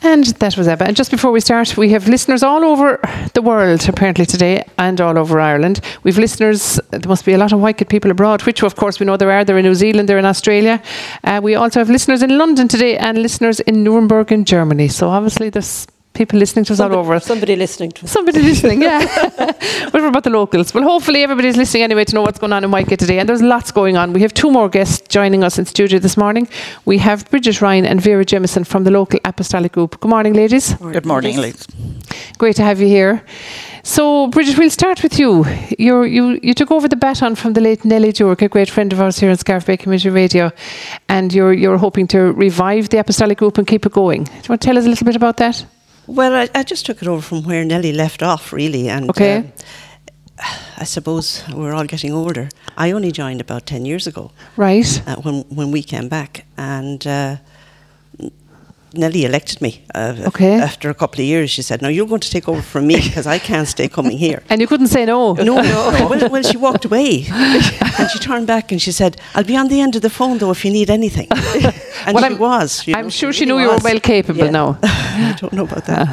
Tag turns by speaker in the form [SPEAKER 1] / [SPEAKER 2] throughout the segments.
[SPEAKER 1] And that was Abba. And just before we start, we have listeners all over the world apparently today and all over Ireland. We've listeners, there must be a lot of Waikid people abroad, which of course we know there are. They're in New Zealand, they're in Australia. Uh, we also have listeners in London today and listeners in Nuremberg in Germany. So obviously there's people listening to us all over.
[SPEAKER 2] Somebody listening to us.
[SPEAKER 1] Somebody listening, yeah. but we're about the locals. Well, hopefully everybody's listening anyway to know what's going on in Waikiki today. And there's lots going on. We have two more guests joining us in studio this morning. We have Bridget Ryan and Vera Jemison from the local Apostolic Group. Good morning, ladies.
[SPEAKER 3] Good morning, ladies.
[SPEAKER 1] Great to have you here. So, Bridget, we'll start with you. you you you took over the baton from the late Nellie Durk, a great friend of ours here on Scarf Bay Community Radio, and you're you're hoping to revive the Apostolic Group and keep it going. Do you want to tell us a little bit about that?
[SPEAKER 2] Well, I, I just took it over from where Nellie left off, really, and
[SPEAKER 1] Okay.
[SPEAKER 2] um, I suppose we're all getting older. I only joined about ten years ago
[SPEAKER 1] Right.
[SPEAKER 2] uh, when when we came back, and uh, N- Nellie elected me. Uh,
[SPEAKER 1] Okay.
[SPEAKER 2] After a couple of years, she said, "No, you're going to take over from me because I can't stay coming here."
[SPEAKER 1] And you couldn't say no.
[SPEAKER 2] No, no. well, well, she walked away, and she turned back and she said, "I'll be on the end of the phone though if you need anything." And
[SPEAKER 1] Well,
[SPEAKER 2] she
[SPEAKER 1] I'm-
[SPEAKER 2] was. you
[SPEAKER 1] I'm
[SPEAKER 2] know,
[SPEAKER 1] sure she
[SPEAKER 2] really
[SPEAKER 1] knew you were
[SPEAKER 2] was.
[SPEAKER 1] well capable
[SPEAKER 2] Yeah.
[SPEAKER 1] now.
[SPEAKER 2] I don't know about that.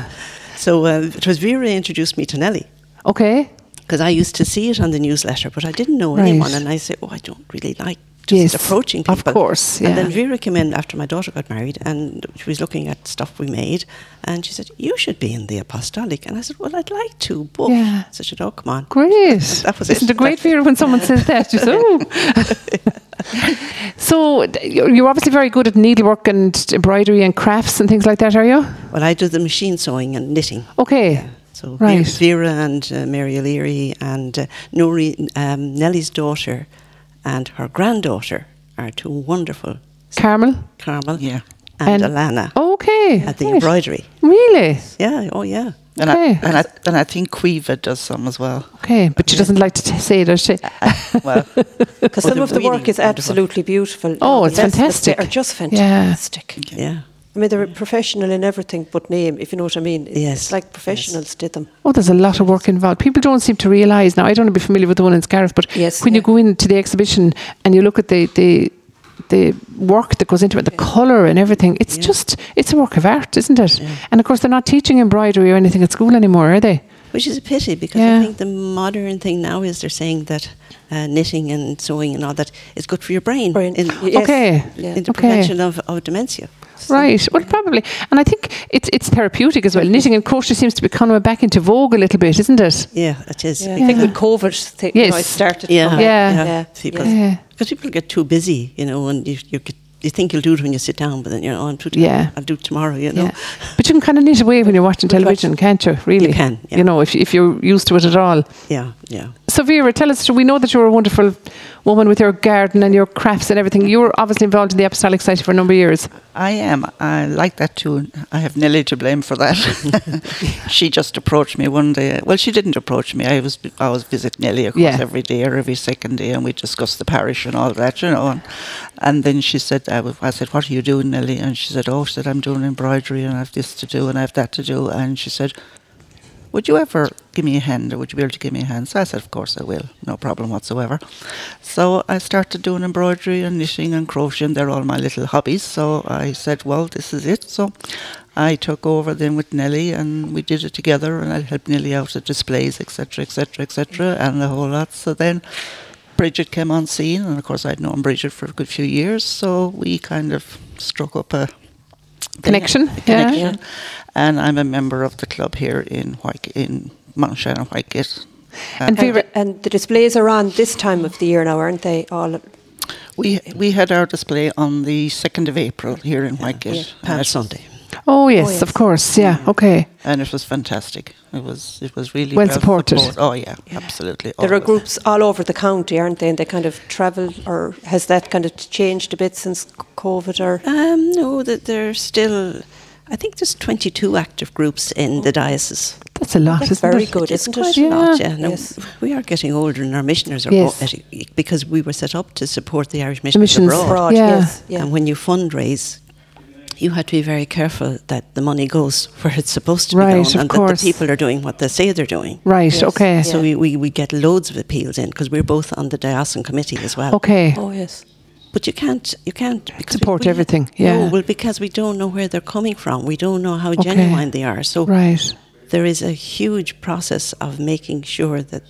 [SPEAKER 2] So uh, it was Vera introduced me to Nelly
[SPEAKER 1] Okay.
[SPEAKER 2] because I used to see it on the newsletter, but I didn't know
[SPEAKER 1] Right.
[SPEAKER 2] anyone, and I said, "Oh, I don't really like just
[SPEAKER 1] Yes,
[SPEAKER 2] approaching
[SPEAKER 1] of
[SPEAKER 2] people."
[SPEAKER 1] course,
[SPEAKER 2] And then
[SPEAKER 1] yeah.
[SPEAKER 2] Vera came in after my daughter got married, and she was looking at stuff we made, and she said, "You should be in the apostolic," and I said, "Well, I'd like to, but."
[SPEAKER 1] Yeah.
[SPEAKER 2] So she said, "Oh, come on."
[SPEAKER 1] Great.
[SPEAKER 2] That was it.
[SPEAKER 1] Isn't it great
[SPEAKER 2] That's-
[SPEAKER 1] Vera when someone says that? You say, "Oh." so d- you're you're obviously very good at needlework and embroidery and crafts and things like that, are you?
[SPEAKER 2] Well, I do the machine sewing and knitting.
[SPEAKER 1] Okay.
[SPEAKER 2] So Vera-
[SPEAKER 1] Right.
[SPEAKER 2] Vera and uh, Mary O'Leary and uh, Nori, um, Nellie's daughter and her granddaughter are two wonderful
[SPEAKER 1] Carmel.
[SPEAKER 2] Carmel
[SPEAKER 3] Yeah.
[SPEAKER 1] And-
[SPEAKER 2] and,
[SPEAKER 1] oh,
[SPEAKER 2] Alana
[SPEAKER 1] Okay.
[SPEAKER 2] at the
[SPEAKER 1] right.
[SPEAKER 2] embroidery.
[SPEAKER 1] Really?
[SPEAKER 2] Yeah, oh yeah.
[SPEAKER 3] And,
[SPEAKER 1] Okay.
[SPEAKER 3] I, and, I, and I think Quiva does some as well.
[SPEAKER 1] Okay, but she doesn't like to t- say that. She,
[SPEAKER 3] Well,
[SPEAKER 4] Because
[SPEAKER 2] Oh,
[SPEAKER 4] some
[SPEAKER 2] they're
[SPEAKER 4] of the work
[SPEAKER 2] really
[SPEAKER 4] is
[SPEAKER 2] wonderful.
[SPEAKER 4] absolutely beautiful.
[SPEAKER 1] Oh,
[SPEAKER 4] The
[SPEAKER 1] it's
[SPEAKER 4] best that they
[SPEAKER 1] fantastic.
[SPEAKER 4] Are just
[SPEAKER 1] Yeah.
[SPEAKER 4] fantastic.
[SPEAKER 2] Yeah.
[SPEAKER 4] I mean, they're professional in everything but name, if you know what I mean. It's
[SPEAKER 2] Yes,
[SPEAKER 4] like professionals did them.
[SPEAKER 1] oh, there's a lot of work involved. People don't seem to realise now. I don't know if you're familiar with the one in Scariff, but
[SPEAKER 4] Yes,
[SPEAKER 1] when you
[SPEAKER 4] yeah.
[SPEAKER 1] go into the exhibition and you look at the the, the work that goes into it, the colour and everything, it's just it's a work of art, isn't it? And of course, they're not teaching embroidery or anything at school anymore, are they?
[SPEAKER 2] Which is a pity because
[SPEAKER 1] Yeah.
[SPEAKER 2] I think the modern thing now is they're saying that uh, knitting and sewing and all that is good for your brain,
[SPEAKER 4] Brain.
[SPEAKER 2] In,
[SPEAKER 4] Yes.
[SPEAKER 1] Okay.
[SPEAKER 2] in the
[SPEAKER 1] Okay.
[SPEAKER 2] prevention of, of dementia.
[SPEAKER 1] Right. Well, probably. And I think it's it's therapeutic as well. Knitting and crochet seems to be kind of back into vogue a little bit, isn't it?
[SPEAKER 2] Yeah, it is.
[SPEAKER 4] I think with COVID, th- you know,
[SPEAKER 1] Yes.
[SPEAKER 4] it started.
[SPEAKER 2] Yeah.
[SPEAKER 4] coming.
[SPEAKER 1] Yeah.
[SPEAKER 4] Yeah.
[SPEAKER 2] People,
[SPEAKER 1] Yeah.
[SPEAKER 2] Because people get too busy, you know, and you, you, get, you think you'll do it when you sit down, but then you know, oh, I'm too tired.
[SPEAKER 1] Yeah.
[SPEAKER 2] I'll do it tomorrow, you know.
[SPEAKER 1] Yeah. But you can kind of knit away when you're watching television, can't you? Really?
[SPEAKER 2] You can, yeah.
[SPEAKER 1] You know, if, if you're used to it at all.
[SPEAKER 2] Yeah, yeah. Uh,
[SPEAKER 1] So, Vera, tell us we know that you're a wonderful woman with your garden and your crafts and everything. You were obviously involved in the Apostolic Society for a number of years.
[SPEAKER 3] I am. I like that too. I have Nelly to blame for that. she just approached me one day. Well, she didn't approach me. I was I was visit Nelly, of course,
[SPEAKER 1] Yeah.
[SPEAKER 3] every day or every second day, and we discussed the parish and all that, you know. And, and then she said, I, was, I said, what are you doing, Nelly? And she said, oh, she said, I'm doing embroidery and I have this to do and I have that to do. And she said, would you ever give me a hand or would you be able to give me a hand? So I said, of course I will, no problem whatsoever. So I started doing embroidery and knitting and crocheting. They're all my little hobbies. So I said, well, this is it. So I took over then with Nellie and we did it together and I helped Nellie out at displays, etc., etc., etc., and the whole lot. So then Bridget came on scene and of course I'd known Bridget for a good few years. So we kind of struck up a
[SPEAKER 1] Connection,
[SPEAKER 3] a
[SPEAKER 1] yeah.
[SPEAKER 3] connection and I'm a member of the club here in White in Uh, Mount Shannon Whitegate.
[SPEAKER 1] And
[SPEAKER 4] And,
[SPEAKER 1] Vera,
[SPEAKER 4] and the displays are on this time of the year now, aren't they? All
[SPEAKER 3] We we had our display on the second of April here in Whitegate,
[SPEAKER 2] Palm
[SPEAKER 3] and it-
[SPEAKER 2] Sunday.
[SPEAKER 1] oh, yes,
[SPEAKER 4] yes.
[SPEAKER 1] of course. Yeah, okay.
[SPEAKER 3] and it was fantastic. It was it was really
[SPEAKER 1] Well supported.
[SPEAKER 3] Oh yeah, absolutely.
[SPEAKER 4] there are
[SPEAKER 3] always.
[SPEAKER 4] groups all over the county, aren't they? And they kind of travel, or has that kind of changed a bit since COVID? Or
[SPEAKER 2] Um, no, that there's still, I think there's 22 active groups in the diocese.
[SPEAKER 1] That's a lot,
[SPEAKER 4] That's
[SPEAKER 1] isn't
[SPEAKER 4] very
[SPEAKER 1] it?
[SPEAKER 4] good.
[SPEAKER 2] Which is
[SPEAKER 4] isn't
[SPEAKER 2] quite
[SPEAKER 4] it?
[SPEAKER 2] a lot,
[SPEAKER 1] Yeah.
[SPEAKER 2] yeah. No,
[SPEAKER 4] Yes.
[SPEAKER 2] We are getting older and our missioners are
[SPEAKER 1] Yes.
[SPEAKER 2] all- because we were set up to support the Irish
[SPEAKER 1] The
[SPEAKER 2] missioners,
[SPEAKER 1] missions.
[SPEAKER 2] abroad.
[SPEAKER 4] Abroad,
[SPEAKER 1] yeah.
[SPEAKER 4] yes. Yeah.
[SPEAKER 2] And when you fundraise, you have to be very careful that the money goes where it's supposed to
[SPEAKER 1] Right,
[SPEAKER 2] be
[SPEAKER 1] of
[SPEAKER 2] going and that
[SPEAKER 1] course.
[SPEAKER 2] the people are doing what they say they're doing.
[SPEAKER 1] Right,
[SPEAKER 4] Yes.
[SPEAKER 1] okay.
[SPEAKER 2] So
[SPEAKER 4] Yeah.
[SPEAKER 2] we, we, we get loads of appeals in because we're both on the diocesan committee as well.
[SPEAKER 1] Okay.
[SPEAKER 4] oh, yes.
[SPEAKER 2] But you can't, you can't because
[SPEAKER 1] Support
[SPEAKER 2] we-
[SPEAKER 1] everything,
[SPEAKER 2] No,
[SPEAKER 1] yeah.
[SPEAKER 2] well, because we don't know where they're coming from. We don't know how
[SPEAKER 1] Okay.
[SPEAKER 2] genuine they are.
[SPEAKER 4] Oh.
[SPEAKER 2] So
[SPEAKER 1] Right.
[SPEAKER 2] there is a huge process of making sure that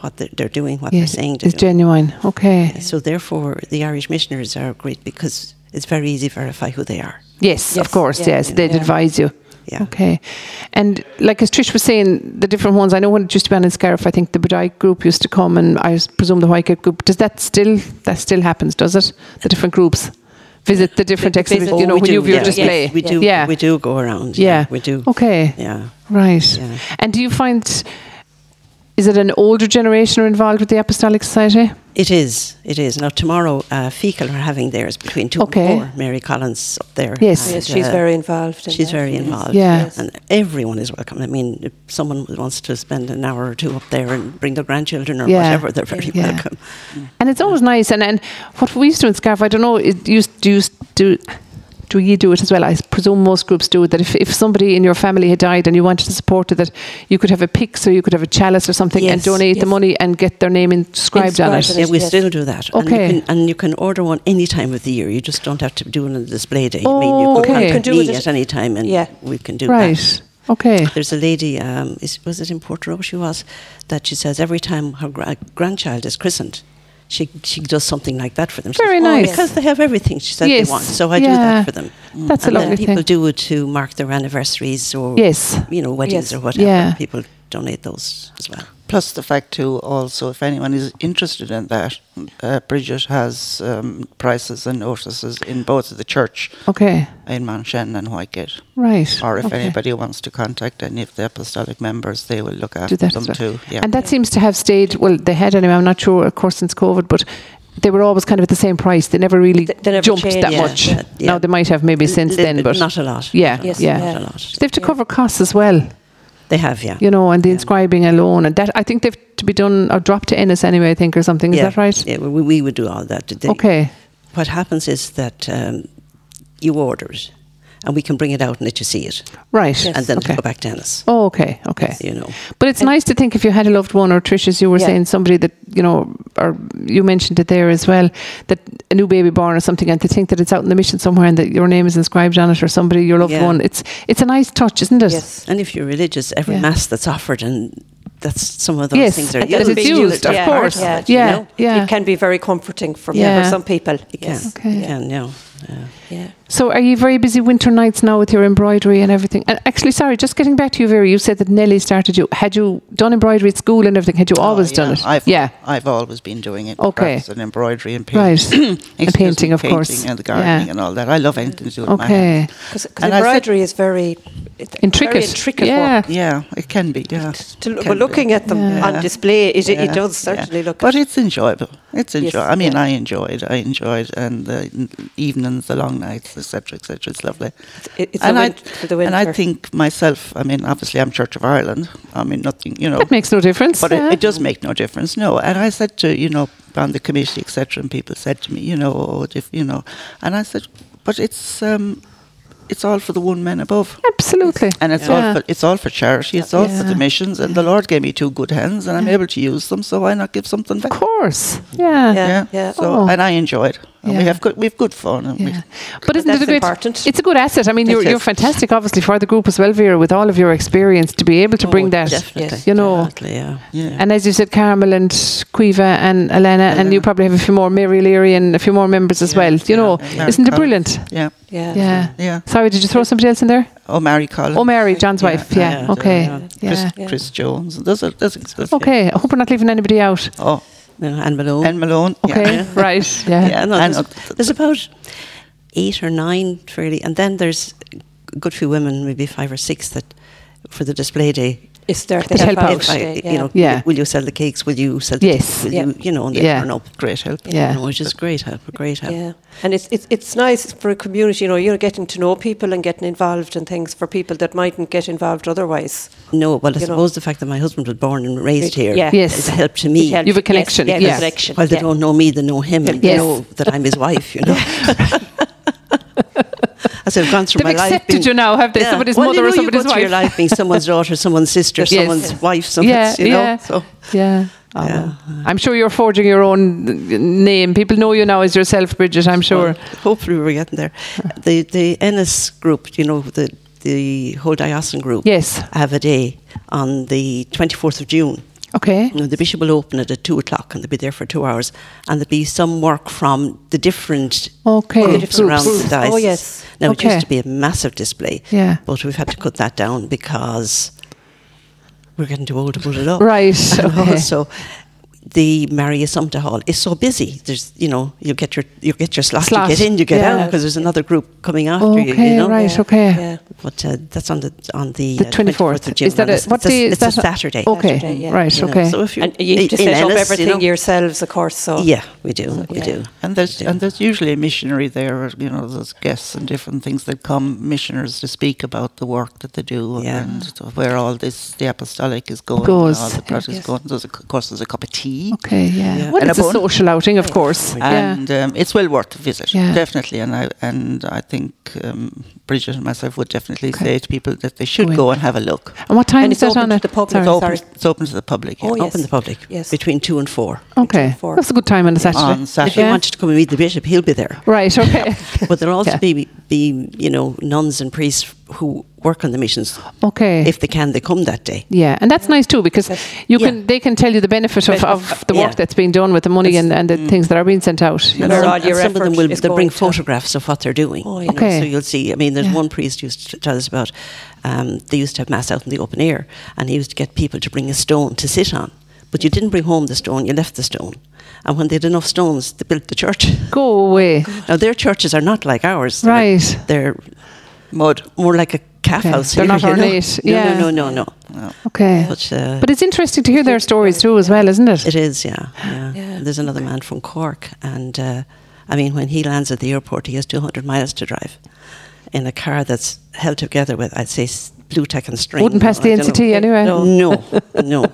[SPEAKER 2] what they're, they're doing, what
[SPEAKER 1] Yes.
[SPEAKER 2] they're saying to
[SPEAKER 1] It's
[SPEAKER 2] do.
[SPEAKER 1] genuine. Okay.
[SPEAKER 2] so therefore, the Irish missionaries are great because it's very easy to verify who they are.
[SPEAKER 1] Yes,
[SPEAKER 4] Yes,
[SPEAKER 1] of course.
[SPEAKER 4] yeah,
[SPEAKER 1] yes,
[SPEAKER 4] yeah,
[SPEAKER 1] they'd
[SPEAKER 4] yeah.
[SPEAKER 1] advise you.
[SPEAKER 2] Yeah.
[SPEAKER 1] Okay. And like as Trish was saying, the different ones, I know when it used to be on in Scariff, I think the Budai group used to come and I s- presume the Wycott group. Does that still, that still happens, does it? The different groups visit the different
[SPEAKER 4] visit-
[SPEAKER 1] exhibits, you
[SPEAKER 4] Oh,
[SPEAKER 1] know,
[SPEAKER 2] we
[SPEAKER 1] when
[SPEAKER 2] do,
[SPEAKER 1] you have your
[SPEAKER 2] yeah.
[SPEAKER 1] display.
[SPEAKER 2] Yes, we do.
[SPEAKER 1] Yeah.
[SPEAKER 2] We do go around.
[SPEAKER 1] yeah. Oh.
[SPEAKER 2] we do.
[SPEAKER 1] Okay.
[SPEAKER 2] Yeah.
[SPEAKER 1] Right.
[SPEAKER 2] Yeah.
[SPEAKER 1] And do you find, is it an older generation are involved with the Apostolic Society?
[SPEAKER 2] It is. It is. Now tomorrow, uh, Fecal are having theirs between two
[SPEAKER 1] Okay.
[SPEAKER 2] and four. Mary Collins up there.
[SPEAKER 1] Yes.
[SPEAKER 2] and,
[SPEAKER 4] Yes, she's
[SPEAKER 2] uh,
[SPEAKER 4] very involved. In
[SPEAKER 2] She's
[SPEAKER 4] that,
[SPEAKER 2] very
[SPEAKER 4] yes.
[SPEAKER 2] involved.
[SPEAKER 1] Yeah.
[SPEAKER 4] Yes.
[SPEAKER 2] And everyone is welcome. I mean, if someone wants to spend an hour or two up there and bring their grandchildren or
[SPEAKER 1] Yeah.
[SPEAKER 2] whatever, they're very
[SPEAKER 1] Yeah.
[SPEAKER 2] welcome.
[SPEAKER 1] And it's always nice. And, and what we used to do in Scarf, I don't know, it used, do, you, s- do, do you do it as well? I presume most groups do it, that if, if somebody in your family had died and you wanted to support it, that you could have a pix or you could have a chalice or something and
[SPEAKER 2] Yes,
[SPEAKER 1] donate the
[SPEAKER 4] yes.
[SPEAKER 1] money and get their name inscribed, on
[SPEAKER 4] Inscribed
[SPEAKER 1] it.
[SPEAKER 4] on
[SPEAKER 2] Yeah, we
[SPEAKER 4] Yes.
[SPEAKER 2] still do that. And
[SPEAKER 1] Okay.
[SPEAKER 2] you, can, and you can order one any time of the year. You just don't have to do it on a display day. I mean,
[SPEAKER 1] Oh, okay.
[SPEAKER 2] you can
[SPEAKER 1] You can
[SPEAKER 2] contact
[SPEAKER 4] do it
[SPEAKER 2] me
[SPEAKER 4] at-
[SPEAKER 2] at any time and
[SPEAKER 4] Yeah.
[SPEAKER 2] we can do
[SPEAKER 1] Right. Eh.
[SPEAKER 2] that.
[SPEAKER 1] Okay.
[SPEAKER 2] There's a lady, um, is, was it in Portoroe she was, that she says every time her gra- grandchild is christened, she, she does something like that for them. She
[SPEAKER 1] Very
[SPEAKER 2] says, "Oh,
[SPEAKER 1] nice.
[SPEAKER 2] Because they have everything she said
[SPEAKER 1] Yes.
[SPEAKER 2] they want. So I do
[SPEAKER 1] Yeah.
[SPEAKER 2] that for them.
[SPEAKER 1] That's a
[SPEAKER 2] and
[SPEAKER 1] lovely
[SPEAKER 2] then people
[SPEAKER 1] thing.
[SPEAKER 2] do it to mark their anniversaries or,
[SPEAKER 1] Yes.
[SPEAKER 2] you know, weddings
[SPEAKER 4] Yes.
[SPEAKER 2] or whatever.
[SPEAKER 1] Yeah.
[SPEAKER 2] People donate those as well.
[SPEAKER 3] Plus the fact too, also, if anyone is interested in that, uh, Bridget has um, prices and notices in both the church
[SPEAKER 1] Okay.
[SPEAKER 3] in Mount Shen and Whitegate.
[SPEAKER 1] Right.
[SPEAKER 3] Or if
[SPEAKER 1] okay.
[SPEAKER 3] anybody wants to contact any of the apostolic members, they will look
[SPEAKER 1] do
[SPEAKER 3] after
[SPEAKER 1] that
[SPEAKER 3] them
[SPEAKER 1] as well.
[SPEAKER 3] too. Yeah.
[SPEAKER 1] And that seems to have stayed, well, they had anyway, I'm not sure, of course, since COVID, but they were always kind of at the same price. They never really
[SPEAKER 4] They- they never
[SPEAKER 1] jumped
[SPEAKER 4] changed,
[SPEAKER 1] that
[SPEAKER 4] yeah.
[SPEAKER 1] much.
[SPEAKER 2] Yeah, yeah.
[SPEAKER 1] Now they might have maybe since
[SPEAKER 2] Little
[SPEAKER 1] then,
[SPEAKER 2] bit,
[SPEAKER 1] but
[SPEAKER 2] not a lot.
[SPEAKER 1] Yeah,
[SPEAKER 2] Not a lot,
[SPEAKER 1] yeah.
[SPEAKER 2] Not a lot.
[SPEAKER 1] they have to cover costs as well,
[SPEAKER 2] They have, yeah.
[SPEAKER 1] you know, and the inscribing alone. And that, I think they've to be done or dropped to Ennis anyway, I think, or something. Is
[SPEAKER 2] yeah.
[SPEAKER 1] that right?
[SPEAKER 2] Yeah, we, we would do all that. They-
[SPEAKER 1] Okay.
[SPEAKER 2] What happens is that um, you order it and we can bring it out and let you see it.
[SPEAKER 1] Right.
[SPEAKER 4] Yes.
[SPEAKER 2] And then
[SPEAKER 1] okay.
[SPEAKER 2] go back to Ennis,
[SPEAKER 1] Oh, okay. Okay.
[SPEAKER 2] you know.
[SPEAKER 1] But it's nice to think if you had a loved one, or Trish, as you were
[SPEAKER 4] Yeah.
[SPEAKER 1] saying, somebody that you know, or you mentioned it there as well, that a new baby born or something, and to think that it's out in the mission somewhere and that your name is inscribed on it, or somebody your loved
[SPEAKER 2] Yeah.
[SPEAKER 1] one. It's it's a nice touch, isn't it?
[SPEAKER 4] Yes.
[SPEAKER 2] And if you're religious, every
[SPEAKER 1] Yeah.
[SPEAKER 2] mass that's offered and that's some of those
[SPEAKER 1] Yes,
[SPEAKER 2] things are
[SPEAKER 1] and that
[SPEAKER 2] used.
[SPEAKER 1] it's used, of
[SPEAKER 2] Yeah.
[SPEAKER 1] course.
[SPEAKER 2] Part of it,
[SPEAKER 1] Yeah,
[SPEAKER 2] You know?
[SPEAKER 1] yeah.
[SPEAKER 4] It can be very comforting for,
[SPEAKER 1] Yeah.
[SPEAKER 4] for some people.
[SPEAKER 2] You can.
[SPEAKER 4] Yes.
[SPEAKER 1] Okay.
[SPEAKER 2] You can, yeah. yeah.
[SPEAKER 4] Yeah.
[SPEAKER 1] So, are you very busy winter nights now with your embroidery and everything? And actually, sorry, just getting back to you, Vera, you said that Nelly started you. Had you done embroidery at school and everything? Had you
[SPEAKER 3] Oh,
[SPEAKER 1] always done
[SPEAKER 3] yeah,
[SPEAKER 1] it?
[SPEAKER 3] I've,
[SPEAKER 1] yeah.
[SPEAKER 3] I've always been doing it.
[SPEAKER 1] Okay.
[SPEAKER 3] crafts And embroidery and painting.
[SPEAKER 1] Right.
[SPEAKER 3] Excuse
[SPEAKER 1] painting,
[SPEAKER 3] me,
[SPEAKER 1] of course.
[SPEAKER 3] painting and
[SPEAKER 1] Yeah.
[SPEAKER 3] gardening and all that. I love anything to do with my hands.
[SPEAKER 1] Okay.
[SPEAKER 4] Because
[SPEAKER 3] And I said-
[SPEAKER 4] embroidery is very it's
[SPEAKER 1] Intricate.
[SPEAKER 4] Very intricate
[SPEAKER 1] yeah.
[SPEAKER 4] work.
[SPEAKER 3] Yeah, it can be. Yeah,
[SPEAKER 4] To look,
[SPEAKER 3] Can
[SPEAKER 4] well,
[SPEAKER 3] be.
[SPEAKER 4] looking at them
[SPEAKER 1] Yeah.
[SPEAKER 4] on display, it,
[SPEAKER 3] Yeah,
[SPEAKER 4] it does
[SPEAKER 3] yeah.
[SPEAKER 4] certainly look.
[SPEAKER 3] But it's enjoyable. It's
[SPEAKER 4] Yes,
[SPEAKER 3] enjoy. I mean,
[SPEAKER 4] yeah.
[SPEAKER 3] I enjoyed. I enjoyed, and the n- evenings, the long nights, etc., etc. It's lovely.
[SPEAKER 4] it- it's a
[SPEAKER 3] and I
[SPEAKER 4] win- for the
[SPEAKER 3] and I
[SPEAKER 4] winter.
[SPEAKER 3] think myself. I mean, obviously, I'm Church of Ireland. I mean, nothing. You know,
[SPEAKER 1] That makes no difference.
[SPEAKER 3] but
[SPEAKER 1] yeah.
[SPEAKER 3] it, it does make no difference, no. And I said to you know on the committee etc. And people said to me, you know, oh, if you know, and I said, but it's um, it's all for the one man above.
[SPEAKER 1] Absolutely.
[SPEAKER 3] And it's
[SPEAKER 1] Yeah.
[SPEAKER 3] all for, it's all for charity. It's all for
[SPEAKER 1] Yeah.
[SPEAKER 3] the missions. And the Lord gave me two good hands, and I'm able to use them. So why not give something
[SPEAKER 1] Of
[SPEAKER 3] back?
[SPEAKER 1] course.
[SPEAKER 4] Yeah.
[SPEAKER 3] So
[SPEAKER 1] Oh.
[SPEAKER 3] and I enjoy it. And
[SPEAKER 1] Yeah.
[SPEAKER 3] we have good we've good fun. And
[SPEAKER 1] Yeah.
[SPEAKER 3] we,
[SPEAKER 1] But isn't it
[SPEAKER 4] that's
[SPEAKER 1] a great,
[SPEAKER 4] important.
[SPEAKER 1] It's a good asset. I mean, you're,
[SPEAKER 3] It
[SPEAKER 1] you're
[SPEAKER 3] is.
[SPEAKER 1] fantastic, obviously, for the group as well, Vera, with all of your experience to be able to bring
[SPEAKER 2] Oh,
[SPEAKER 1] that.
[SPEAKER 2] Definitely.
[SPEAKER 1] You know.
[SPEAKER 2] Definitely, yeah.
[SPEAKER 3] yeah.
[SPEAKER 1] And as you said, Carmel and Quiva and Elena, and you
[SPEAKER 3] Elena.
[SPEAKER 1] probably have a few more, Mary Leary and a few more members as
[SPEAKER 3] Yeah,
[SPEAKER 1] well. You
[SPEAKER 3] yeah,
[SPEAKER 1] know,
[SPEAKER 3] and Mary
[SPEAKER 1] isn't it
[SPEAKER 3] Collins.
[SPEAKER 1] brilliant?
[SPEAKER 3] yeah.
[SPEAKER 4] yeah.
[SPEAKER 1] Yeah.
[SPEAKER 3] Yeah.
[SPEAKER 1] Sorry, did you throw somebody else in there?
[SPEAKER 3] Oh, Mary Collins.
[SPEAKER 1] Oh, Mary, John's wife. Yeah.
[SPEAKER 2] Uh, yeah,
[SPEAKER 1] okay.
[SPEAKER 2] yeah.
[SPEAKER 1] Yeah.
[SPEAKER 3] Chris,
[SPEAKER 4] Yeah.
[SPEAKER 3] Chris Jones. Those are those are good. yeah.
[SPEAKER 1] Okay. I hope we're not leaving anybody out.
[SPEAKER 3] Oh,
[SPEAKER 2] No, and below.
[SPEAKER 3] and Malone. yeah.
[SPEAKER 1] Okay.
[SPEAKER 3] Yeah.
[SPEAKER 1] Right. Yeah.
[SPEAKER 3] Yeah.
[SPEAKER 2] no,
[SPEAKER 3] and,
[SPEAKER 2] there's,
[SPEAKER 3] uh,
[SPEAKER 2] there's about eight or nine, really. And then there's a good few women, maybe five or six, that for the display day
[SPEAKER 4] It's there.
[SPEAKER 1] They help out.
[SPEAKER 2] If I,
[SPEAKER 4] Yeah.
[SPEAKER 2] you know,
[SPEAKER 1] Yeah.
[SPEAKER 2] will you sell the cakes? Will you sell? The
[SPEAKER 1] Yes.
[SPEAKER 2] Will
[SPEAKER 4] Yeah.
[SPEAKER 2] you, you know, and they
[SPEAKER 1] Yeah.
[SPEAKER 2] turn up.
[SPEAKER 3] Great help.
[SPEAKER 1] Yeah.
[SPEAKER 2] You know, which is great help. Great help.
[SPEAKER 4] Yeah, and it's, it's it's nice for a community. You know, you're getting to know people and getting involved in things for people that mightn't get involved otherwise.
[SPEAKER 2] No, well, I
[SPEAKER 4] You know.
[SPEAKER 2] suppose the fact that my husband was born and raised here
[SPEAKER 4] yeah.
[SPEAKER 1] Yes.
[SPEAKER 2] has helped me.
[SPEAKER 4] It helps.
[SPEAKER 1] You've a connection,
[SPEAKER 4] Yes,
[SPEAKER 1] yeah.
[SPEAKER 4] yeah. connection.
[SPEAKER 2] While they
[SPEAKER 4] yeah.
[SPEAKER 2] don't know me, they know him,
[SPEAKER 1] Yes.
[SPEAKER 2] and they know that I'm his wife. You know. As I've gone through
[SPEAKER 1] They've
[SPEAKER 2] my life.
[SPEAKER 1] accepted
[SPEAKER 2] being-
[SPEAKER 1] you now, have they?
[SPEAKER 2] Yeah.
[SPEAKER 1] Somebody's
[SPEAKER 2] well,
[SPEAKER 1] mother
[SPEAKER 2] you
[SPEAKER 1] or
[SPEAKER 2] know,
[SPEAKER 1] somebody's
[SPEAKER 2] you go through
[SPEAKER 1] wife.
[SPEAKER 2] your life being someone's daughter, someone's sister,
[SPEAKER 1] Yes.
[SPEAKER 2] someone's wife, someone's,
[SPEAKER 1] yeah.
[SPEAKER 2] you know.
[SPEAKER 1] yeah.
[SPEAKER 2] So
[SPEAKER 1] Yeah. Oh, well. I'm sure you're forging your own uh, name. People know you now as yourself, Bridget. I'm sure.
[SPEAKER 2] Well, hopefully, we're getting there. The the Ennis group, you know, the the whole diocesan group,
[SPEAKER 1] yes.
[SPEAKER 2] have a day on the 24th of June.
[SPEAKER 1] Okay.
[SPEAKER 2] You know, the bishop will open it at two o'clock, and they'll be there for two hours, and there'll be some work from the different
[SPEAKER 1] Okay.
[SPEAKER 2] groups around the
[SPEAKER 1] Groups.
[SPEAKER 2] diocese.
[SPEAKER 4] Oh, yes.
[SPEAKER 2] Now it
[SPEAKER 1] Okay.
[SPEAKER 2] used to be a massive display,
[SPEAKER 1] Yeah.
[SPEAKER 2] but we've had to cut that down because we're getting too old to put it up.
[SPEAKER 1] Right.
[SPEAKER 2] And
[SPEAKER 1] Okay.
[SPEAKER 2] also, the Maria Sumter Hall is so busy. There's, you know, you get your you get your slot,
[SPEAKER 1] Slot,
[SPEAKER 2] you get in, you get out 'cause
[SPEAKER 1] yeah.
[SPEAKER 2] out, because there's another group coming after you.
[SPEAKER 1] Okay,
[SPEAKER 2] You know,
[SPEAKER 1] right, okay.
[SPEAKER 4] Yeah.
[SPEAKER 2] But uh, that's on the on the,
[SPEAKER 1] The
[SPEAKER 2] uh,
[SPEAKER 1] 24th.
[SPEAKER 2] of June.
[SPEAKER 1] Is that
[SPEAKER 2] and
[SPEAKER 1] a-
[SPEAKER 2] it's-
[SPEAKER 1] what
[SPEAKER 2] it's a-
[SPEAKER 1] day is
[SPEAKER 2] it's
[SPEAKER 1] that?
[SPEAKER 2] a Saturday.
[SPEAKER 1] Okay.
[SPEAKER 4] Saturday, yeah.
[SPEAKER 1] Right.
[SPEAKER 2] You know,
[SPEAKER 1] okay.
[SPEAKER 2] So if you,
[SPEAKER 4] And you have to
[SPEAKER 2] in
[SPEAKER 4] set up
[SPEAKER 2] Ennis, you
[SPEAKER 4] everything
[SPEAKER 2] know. Oh,
[SPEAKER 4] yourselves, of course. So
[SPEAKER 2] Yeah, we do. We
[SPEAKER 4] yeah.
[SPEAKER 2] do.
[SPEAKER 3] And there's and there's usually a missionary there, you know, there's guests and different things that come, missioners to speak about the work that they do
[SPEAKER 2] Yeah.
[SPEAKER 3] and where all this the apostolic is going, and
[SPEAKER 1] Goes,
[SPEAKER 3] all the
[SPEAKER 1] yeah.
[SPEAKER 3] project is
[SPEAKER 1] Yes.
[SPEAKER 3] going. There's a, of course there's a cup of tea,
[SPEAKER 1] Okay. Yeah.
[SPEAKER 2] Yeah.
[SPEAKER 1] Well,
[SPEAKER 3] And
[SPEAKER 1] it's
[SPEAKER 3] a
[SPEAKER 1] a
[SPEAKER 3] bun.
[SPEAKER 1] social outing, of course. Yeah.
[SPEAKER 3] and um, it's well worth a visit,
[SPEAKER 1] Yeah.
[SPEAKER 3] definitely. And I and I think um, Bridget and myself would definitely
[SPEAKER 1] Okay.
[SPEAKER 3] say to people that they should
[SPEAKER 1] Go in.
[SPEAKER 3] go and have a look.
[SPEAKER 1] And what time
[SPEAKER 4] And
[SPEAKER 1] is
[SPEAKER 4] it's
[SPEAKER 1] that
[SPEAKER 4] open
[SPEAKER 1] on
[SPEAKER 4] to
[SPEAKER 1] it?
[SPEAKER 4] the public.
[SPEAKER 1] Sorry.
[SPEAKER 4] Sorry.
[SPEAKER 3] It's open, it's open to the public. Yeah.
[SPEAKER 4] Oh, yes.
[SPEAKER 2] Open the public.
[SPEAKER 4] Yes.
[SPEAKER 2] Between two and four.
[SPEAKER 1] Okay.
[SPEAKER 4] four.
[SPEAKER 1] That's a good time on a Saturday.
[SPEAKER 3] On
[SPEAKER 2] If you
[SPEAKER 3] Saturday.
[SPEAKER 1] Oh, Yeah.
[SPEAKER 2] wanted to come and meet the bishop, he'll be there.
[SPEAKER 1] Right. Okay.
[SPEAKER 2] But there'll also
[SPEAKER 1] Yeah.
[SPEAKER 2] be, be, you know, nuns and priests who work on the missions.
[SPEAKER 1] Okay.
[SPEAKER 2] If they can, they come that day.
[SPEAKER 1] Yeah, and that's nice too because you can they can tell you the benefit of, of the work
[SPEAKER 2] Yeah.
[SPEAKER 1] that's being done with the money and, and the things that are being sent out. you
[SPEAKER 4] And
[SPEAKER 1] know.
[SPEAKER 4] Where all
[SPEAKER 2] and
[SPEAKER 4] your
[SPEAKER 2] some of them
[SPEAKER 4] effort
[SPEAKER 2] will
[SPEAKER 4] is
[SPEAKER 2] they'll bring
[SPEAKER 4] going to.
[SPEAKER 2] photographs of what they're doing.
[SPEAKER 4] Oh,
[SPEAKER 2] you
[SPEAKER 4] yeah.
[SPEAKER 2] know,
[SPEAKER 1] Okay.
[SPEAKER 2] So you'll see. I mean, there's
[SPEAKER 1] Yeah.
[SPEAKER 2] one priest used to tell us about. Um, they used to have mass out in the open air, and he used to get people to bring a stone to sit on. But you didn't bring home the stone; you left the stone. And when they had enough stones, they built the church.
[SPEAKER 1] Go away.
[SPEAKER 2] Now their churches are not like ours. They're-
[SPEAKER 1] Right.
[SPEAKER 2] They're
[SPEAKER 3] Mud.
[SPEAKER 2] more like a calf
[SPEAKER 1] Okay.
[SPEAKER 2] house.
[SPEAKER 1] They're
[SPEAKER 2] here,
[SPEAKER 1] not
[SPEAKER 2] you know?
[SPEAKER 1] ornate,
[SPEAKER 2] No,
[SPEAKER 1] yeah.
[SPEAKER 2] no, no, no, no.
[SPEAKER 1] Okay.
[SPEAKER 2] But, uh,
[SPEAKER 1] But it's interesting to hear their stories too, as well, isn't it?
[SPEAKER 2] It is, yeah. yeah.
[SPEAKER 4] Yeah.
[SPEAKER 2] There's another man from Cork, and uh, I mean, when he lands at the airport, he has 200 miles to drive in a car that's held together with, I'd say, s- blue tack and string.
[SPEAKER 1] Wouldn't pass
[SPEAKER 2] I
[SPEAKER 1] the
[SPEAKER 2] don't
[SPEAKER 1] NCT
[SPEAKER 2] know.
[SPEAKER 1] anyway.
[SPEAKER 2] No, no.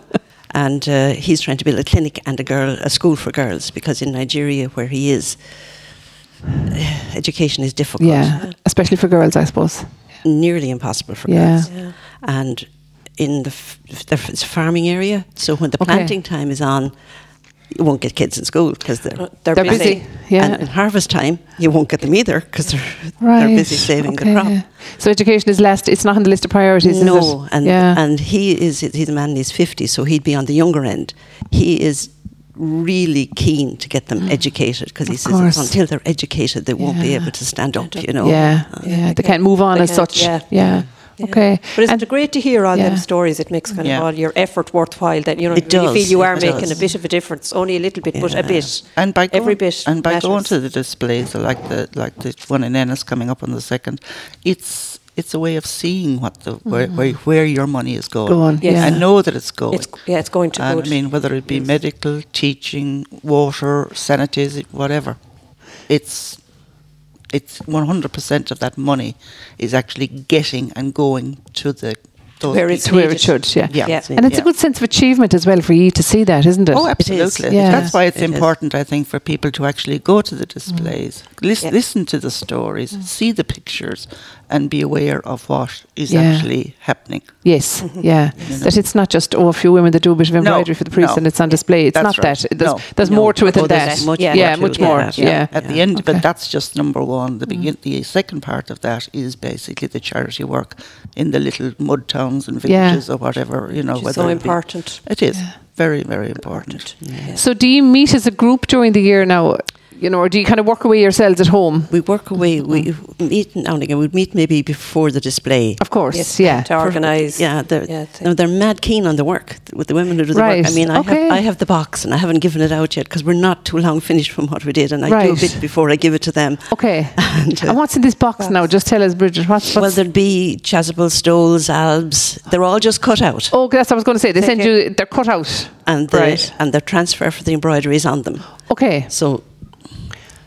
[SPEAKER 2] And uh, he's trying to build a clinic and a girl, a school for girls, because in Nigeria, where he is, education is difficult,
[SPEAKER 1] Yeah, especially for girls, I suppose.
[SPEAKER 2] nearly impossible for
[SPEAKER 1] Yeah.
[SPEAKER 2] girls
[SPEAKER 4] Yeah.
[SPEAKER 2] and in the, f- the f- it's a farming area. So when the
[SPEAKER 1] Okay.
[SPEAKER 2] planting time is on, you won't get kids in school because they're,
[SPEAKER 4] They're
[SPEAKER 1] They're
[SPEAKER 4] busy.
[SPEAKER 1] busy. Yeah.
[SPEAKER 2] And in harvest time, you won't get them either because they're,
[SPEAKER 1] Right.
[SPEAKER 2] they're busy saving
[SPEAKER 1] Okay,
[SPEAKER 2] the crop.
[SPEAKER 1] yeah. So education is last. It's not on the list of priorities. is
[SPEAKER 2] No,
[SPEAKER 1] it?
[SPEAKER 2] and
[SPEAKER 1] yeah.
[SPEAKER 2] and he is he's a man in his fifties, so he'd be on the younger end. He is really keen to get them educated because he
[SPEAKER 1] Of
[SPEAKER 2] says
[SPEAKER 1] course.
[SPEAKER 2] until they're educated, they won't be
[SPEAKER 1] Yeah.
[SPEAKER 2] able to stand up. You know.
[SPEAKER 1] yeah, yeah,
[SPEAKER 4] they
[SPEAKER 1] They can't
[SPEAKER 4] can't-
[SPEAKER 1] move on
[SPEAKER 4] they
[SPEAKER 1] as
[SPEAKER 4] can't,
[SPEAKER 1] such.
[SPEAKER 4] yeah.
[SPEAKER 1] Yeah. Okay.
[SPEAKER 4] But isn't
[SPEAKER 1] And-
[SPEAKER 4] it great to hear all
[SPEAKER 1] Yeah.
[SPEAKER 4] them stories? It makes kind
[SPEAKER 3] Yeah.
[SPEAKER 4] of all your effort worthwhile. That you know,
[SPEAKER 2] It
[SPEAKER 4] you really
[SPEAKER 2] does,
[SPEAKER 4] feel you
[SPEAKER 2] it
[SPEAKER 4] are making a
[SPEAKER 2] does.
[SPEAKER 4] bit of a difference. Only a little bit, but
[SPEAKER 2] Yeah.
[SPEAKER 4] a bit.
[SPEAKER 3] And by going,
[SPEAKER 4] every bit
[SPEAKER 3] and by going
[SPEAKER 4] matters.
[SPEAKER 3] to the displays like the like the one in Ennis coming up on the second, it's it's a way of seeing what the where where, where your money is going.
[SPEAKER 1] Going, Yes. yeah.
[SPEAKER 3] And know that it's going.
[SPEAKER 4] Mm-hmm. it's yeah, it's going to
[SPEAKER 3] and
[SPEAKER 4] good.
[SPEAKER 3] I mean whether it be medical, teaching, water, sanitism, whatever. It's it's one hundred percent of that money is actually getting and going to the those
[SPEAKER 4] where
[SPEAKER 3] people.
[SPEAKER 4] it's
[SPEAKER 1] to where it
[SPEAKER 4] needed.
[SPEAKER 1] should, yeah.
[SPEAKER 3] Yeah.
[SPEAKER 4] Yeah.
[SPEAKER 1] And it's a
[SPEAKER 3] Yeah.
[SPEAKER 1] good sense of achievement as well for you to see that, isn't it?
[SPEAKER 3] Oh,
[SPEAKER 2] It is.
[SPEAKER 3] absolutely.
[SPEAKER 1] Yeah.
[SPEAKER 3] That's why it's
[SPEAKER 2] It is.
[SPEAKER 3] important, I think, for people to actually go to the displays,
[SPEAKER 1] Mm.
[SPEAKER 3] lis-
[SPEAKER 4] Yeah.
[SPEAKER 3] listen to the stories, see the pictures, and be aware of what is
[SPEAKER 1] Yeah.
[SPEAKER 3] actually happening.
[SPEAKER 1] Yes, yeah. That it's not just oh, a few women that do a bit of embroidery for the priest
[SPEAKER 3] no.
[SPEAKER 1] and it's on display. It's
[SPEAKER 3] That's
[SPEAKER 1] not
[SPEAKER 3] right.
[SPEAKER 1] that. There's,
[SPEAKER 3] No.
[SPEAKER 1] there's
[SPEAKER 2] No.
[SPEAKER 1] more to it
[SPEAKER 2] Oh,
[SPEAKER 1] than
[SPEAKER 2] there's
[SPEAKER 1] that.
[SPEAKER 2] much
[SPEAKER 1] yeah,
[SPEAKER 2] more
[SPEAKER 1] yeah,
[SPEAKER 2] to
[SPEAKER 1] much
[SPEAKER 2] it
[SPEAKER 1] more.
[SPEAKER 2] than that,
[SPEAKER 1] Yeah.
[SPEAKER 2] yeah.
[SPEAKER 3] At the end,
[SPEAKER 1] Okay. Mm.
[SPEAKER 3] but that's just number one. The begin, the second part of that is basically the charity work in the little mud towns and
[SPEAKER 1] Yeah.
[SPEAKER 3] villages or whatever you know.
[SPEAKER 4] Which is
[SPEAKER 3] whether
[SPEAKER 4] so
[SPEAKER 3] it be-
[SPEAKER 4] important.
[SPEAKER 3] It is very, very important.
[SPEAKER 1] So do you meet as a group during the year now? You know, or do you kind of work away yourselves at home?
[SPEAKER 2] We work away. We
[SPEAKER 1] Mm-hmm.
[SPEAKER 2] meet now and again. We meet maybe before the display.
[SPEAKER 1] Of course,
[SPEAKER 4] Yes,
[SPEAKER 1] yeah.
[SPEAKER 4] to organise.
[SPEAKER 2] Yeah, they're,
[SPEAKER 4] Yeah, it's-
[SPEAKER 2] no, they're mad keen on the work th- with the women who do the
[SPEAKER 1] Right,
[SPEAKER 2] work. I mean, I,
[SPEAKER 1] okay.
[SPEAKER 2] have, I have the box and I haven't given it out yet because we're not too long finished from what we did, and I do a
[SPEAKER 1] Right. Oh.
[SPEAKER 2] bit before I give it to them.
[SPEAKER 1] Okay.
[SPEAKER 2] And, uh,
[SPEAKER 1] and what's in this box now? Just tell us, Bridget. What's,
[SPEAKER 2] well,
[SPEAKER 1] what's
[SPEAKER 2] there'd be chasuble, stoles, albs. They're all just cut out,
[SPEAKER 1] oh, that's what I was going to say. They send
[SPEAKER 4] Thank
[SPEAKER 1] you. They're cut out.
[SPEAKER 2] and the
[SPEAKER 1] right.
[SPEAKER 2] and the transfer for the embroideries on them.
[SPEAKER 1] Okay.
[SPEAKER 2] So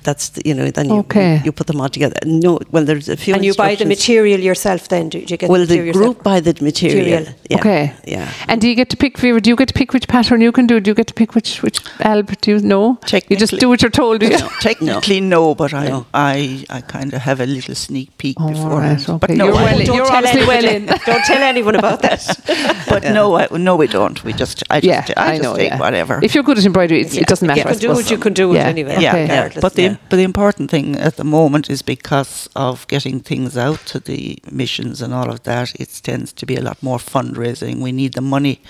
[SPEAKER 2] That's the, you know then you,
[SPEAKER 1] Okay.
[SPEAKER 2] you put them all together. No, well there's a few.
[SPEAKER 4] And you buy the
[SPEAKER 2] instructions.
[SPEAKER 4] material yourself then? Do you get
[SPEAKER 2] Well,
[SPEAKER 4] material
[SPEAKER 2] the
[SPEAKER 4] yourself?
[SPEAKER 2] group buy the material.
[SPEAKER 4] Material.
[SPEAKER 2] Yeah.
[SPEAKER 1] Okay.
[SPEAKER 2] Yeah.
[SPEAKER 1] And do you get to pick, Vera, do you get to pick which pattern you can do? Do you get to pick which, which alb? Do you know? You just
[SPEAKER 3] Technically-
[SPEAKER 1] do what you're told, do you?
[SPEAKER 3] Technically, no, but I,
[SPEAKER 2] No.
[SPEAKER 3] I, I kind of have a little sneak peek
[SPEAKER 1] Oh, all
[SPEAKER 3] beforehand.
[SPEAKER 1] right,
[SPEAKER 3] But
[SPEAKER 1] okay.
[SPEAKER 3] no,
[SPEAKER 1] You're
[SPEAKER 3] I-
[SPEAKER 1] well in-
[SPEAKER 4] Don't
[SPEAKER 1] you're
[SPEAKER 4] tell
[SPEAKER 1] obviously well
[SPEAKER 4] anyone-
[SPEAKER 1] in.
[SPEAKER 4] Don't tell anyone about that.
[SPEAKER 3] but no, I, no, we don't. We just, I just,
[SPEAKER 1] Yeah,
[SPEAKER 3] I
[SPEAKER 1] I
[SPEAKER 3] just
[SPEAKER 1] know,
[SPEAKER 3] take
[SPEAKER 1] yeah.
[SPEAKER 3] whatever.
[SPEAKER 1] If you're good at embroidery, it's,
[SPEAKER 3] Yeah.
[SPEAKER 1] it doesn't matter.
[SPEAKER 4] You
[SPEAKER 1] I
[SPEAKER 4] can do
[SPEAKER 1] suppose.
[SPEAKER 4] what you can do it
[SPEAKER 1] Yeah.
[SPEAKER 4] anyway.
[SPEAKER 1] Yeah,
[SPEAKER 4] Okay.
[SPEAKER 1] yeah.
[SPEAKER 4] Regardless,
[SPEAKER 3] But the
[SPEAKER 4] yeah.
[SPEAKER 3] but the important thing at the moment is because of getting things out to the missions and all of that, it tends to be a lot more fundraising. We need the money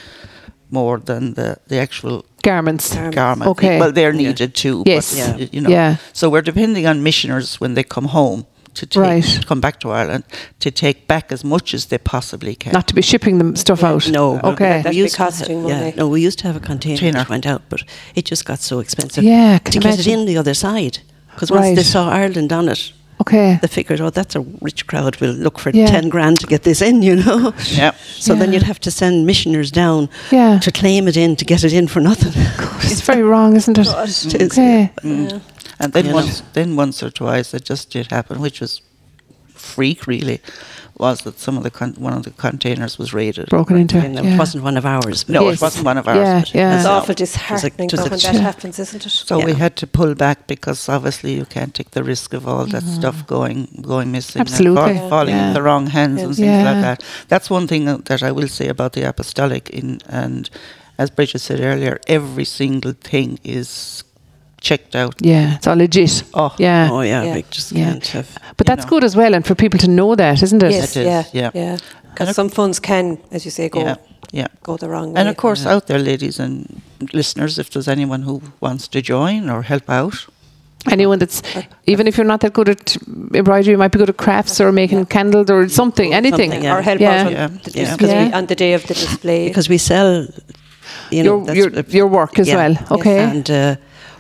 [SPEAKER 3] more than the, the actual
[SPEAKER 1] Garments.
[SPEAKER 3] garment.
[SPEAKER 1] Okay.
[SPEAKER 3] Well, they're
[SPEAKER 2] Yeah.
[SPEAKER 3] needed too.
[SPEAKER 1] Yes.
[SPEAKER 2] Yeah.
[SPEAKER 3] But, y- you know.
[SPEAKER 1] Yeah.
[SPEAKER 3] So we're depending on missioners when they come home to take,
[SPEAKER 1] Right.
[SPEAKER 3] come back to Ireland to take back as much as they possibly can.
[SPEAKER 1] Not to be shipping them stuff out.
[SPEAKER 2] No.
[SPEAKER 1] Okay.
[SPEAKER 4] That'd be
[SPEAKER 2] used to have-
[SPEAKER 4] costing money.
[SPEAKER 2] Yeah, no, we used to have a container,
[SPEAKER 3] Container.
[SPEAKER 2] that went out, but it just got so expensive.
[SPEAKER 1] Yeah, can
[SPEAKER 2] to
[SPEAKER 1] you
[SPEAKER 2] get it
[SPEAKER 1] imagine?
[SPEAKER 2] in the other side, because once they
[SPEAKER 1] Right.
[SPEAKER 2] saw Ireland on it,
[SPEAKER 1] Okay.
[SPEAKER 2] they figured, oh, that's a rich crowd. We'll look for
[SPEAKER 1] Yeah.
[SPEAKER 2] ten grand to get this in, you know.
[SPEAKER 3] Yep.
[SPEAKER 2] So then
[SPEAKER 1] Yeah.
[SPEAKER 2] you'd have to send missioners down
[SPEAKER 1] Yeah.
[SPEAKER 2] to claim it in to get it in for nothing.
[SPEAKER 1] It's very wrong, isn't it?
[SPEAKER 2] It is,
[SPEAKER 1] Okay.
[SPEAKER 3] And then
[SPEAKER 2] You
[SPEAKER 3] once,
[SPEAKER 2] know.
[SPEAKER 3] then once or twice, it just did happen, which was freak really, was that some of the con- one of the containers was raided.
[SPEAKER 1] Broken into.
[SPEAKER 2] And it
[SPEAKER 1] Yeah.
[SPEAKER 2] wasn't one of ours. but
[SPEAKER 3] No,
[SPEAKER 1] Yes.
[SPEAKER 3] it wasn't one of ours.
[SPEAKER 1] Yeah,
[SPEAKER 3] but it
[SPEAKER 1] yeah.
[SPEAKER 4] It's
[SPEAKER 3] was out.
[SPEAKER 4] awful disheartening
[SPEAKER 2] does
[SPEAKER 4] though,
[SPEAKER 2] it-
[SPEAKER 4] when that
[SPEAKER 1] Yeah.
[SPEAKER 4] happens, isn't it?
[SPEAKER 3] So we
[SPEAKER 2] Yeah.
[SPEAKER 3] had to pull back because obviously you can't take the risk of all that stuff going going missing, and fa-
[SPEAKER 1] Mm-hmm. Absolutely.
[SPEAKER 3] falling
[SPEAKER 1] Yeah.
[SPEAKER 3] in the wrong hands and things
[SPEAKER 1] Yeah.
[SPEAKER 3] like that. That's one thing uh, that I will say about the apostolic. In and as Bridget said earlier, every single thing is checked out.
[SPEAKER 1] Yeah, it's all legit.
[SPEAKER 3] Oh,
[SPEAKER 1] yeah.
[SPEAKER 2] Oh yeah,
[SPEAKER 4] Yeah.
[SPEAKER 2] we just
[SPEAKER 1] Yeah.
[SPEAKER 2] can't have.
[SPEAKER 1] But
[SPEAKER 3] you
[SPEAKER 1] that's
[SPEAKER 3] know.
[SPEAKER 1] good as well, and for people to know that, isn't it?
[SPEAKER 4] Yes,
[SPEAKER 3] It is,
[SPEAKER 4] yeah, yeah.
[SPEAKER 3] yeah. And
[SPEAKER 4] Because
[SPEAKER 3] of-
[SPEAKER 4] some funds can, as you say, go
[SPEAKER 3] yeah, yeah.
[SPEAKER 4] go the wrong way.
[SPEAKER 3] And of course, out there, ladies and listeners, if there's anyone who wants to join or help out,
[SPEAKER 1] Anyone that's, even if you're not that good at embroidery, you might be good at crafts or making candles or something, anything.
[SPEAKER 2] Something, yeah.
[SPEAKER 4] or help
[SPEAKER 1] Yeah.
[SPEAKER 4] out on,
[SPEAKER 3] Yeah.
[SPEAKER 4] The,
[SPEAKER 2] Yeah.
[SPEAKER 4] dis- 'cause we-
[SPEAKER 1] Yeah.
[SPEAKER 4] on the day of the display.
[SPEAKER 2] because we sell you know
[SPEAKER 1] Your-
[SPEAKER 2] that's
[SPEAKER 1] your-
[SPEAKER 2] what-
[SPEAKER 1] your work as well, okay.
[SPEAKER 2] and uh,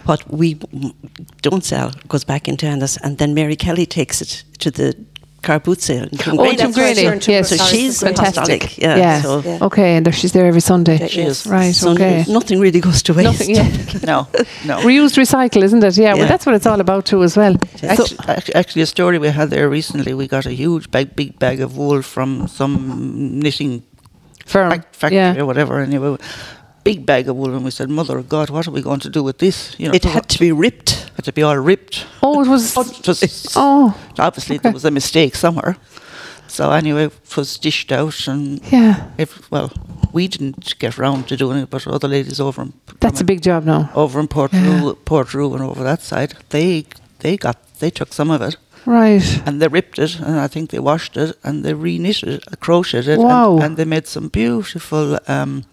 [SPEAKER 2] what we m- don't sell goes back into Anna's and then Mary Kelly takes it to the car boot sale in
[SPEAKER 1] Oh,
[SPEAKER 2] Kilmgreen.
[SPEAKER 4] Great,
[SPEAKER 1] in Tim
[SPEAKER 4] that's right,
[SPEAKER 1] Greeley.
[SPEAKER 4] you're in Tim
[SPEAKER 1] Yes,
[SPEAKER 2] so
[SPEAKER 4] Greeley.
[SPEAKER 2] she's
[SPEAKER 4] Great.
[SPEAKER 2] fantastic yeah,
[SPEAKER 1] Yeah.
[SPEAKER 2] so,
[SPEAKER 4] Yeah.
[SPEAKER 1] Okay, and there, she's there every Sunday.
[SPEAKER 4] Yeah,
[SPEAKER 3] She
[SPEAKER 4] yes.
[SPEAKER 3] is.
[SPEAKER 1] Right,
[SPEAKER 2] so
[SPEAKER 1] okay.
[SPEAKER 2] nothing really goes to waste
[SPEAKER 1] Nothing, yeah.
[SPEAKER 3] no, no.
[SPEAKER 1] Reused, recycle, isn't it? Yeah, well,
[SPEAKER 2] Yeah.
[SPEAKER 1] that's what it's all about too, as well.
[SPEAKER 3] Actually, act- actually, a story we had there recently. We got a huge bag, big bag of wool from some knitting
[SPEAKER 1] Firm.
[SPEAKER 3] fac- factory
[SPEAKER 1] yeah.
[SPEAKER 3] or whatever. Anyway, big bag of wool, and we said, "Mother of God, what are we going to do with this?" You know,
[SPEAKER 2] it had to be ripped
[SPEAKER 3] had to be all ripped.
[SPEAKER 1] Oh, it was.
[SPEAKER 3] It was-
[SPEAKER 1] Oh,
[SPEAKER 3] obviously
[SPEAKER 1] okay.
[SPEAKER 3] there was a mistake somewhere. So anyway, it was dished out, and
[SPEAKER 1] yeah.
[SPEAKER 3] if well, we didn't get round to doing it, but other ladies over in
[SPEAKER 1] That's a big job now.
[SPEAKER 3] over in Port Rue, Port Rue, and over that side, they they got they took some of it.
[SPEAKER 1] Right.
[SPEAKER 3] and they ripped it and I think they washed it and they re-knit it, uh, crocheted it,
[SPEAKER 1] Wow.
[SPEAKER 3] and, and they made some beautiful um,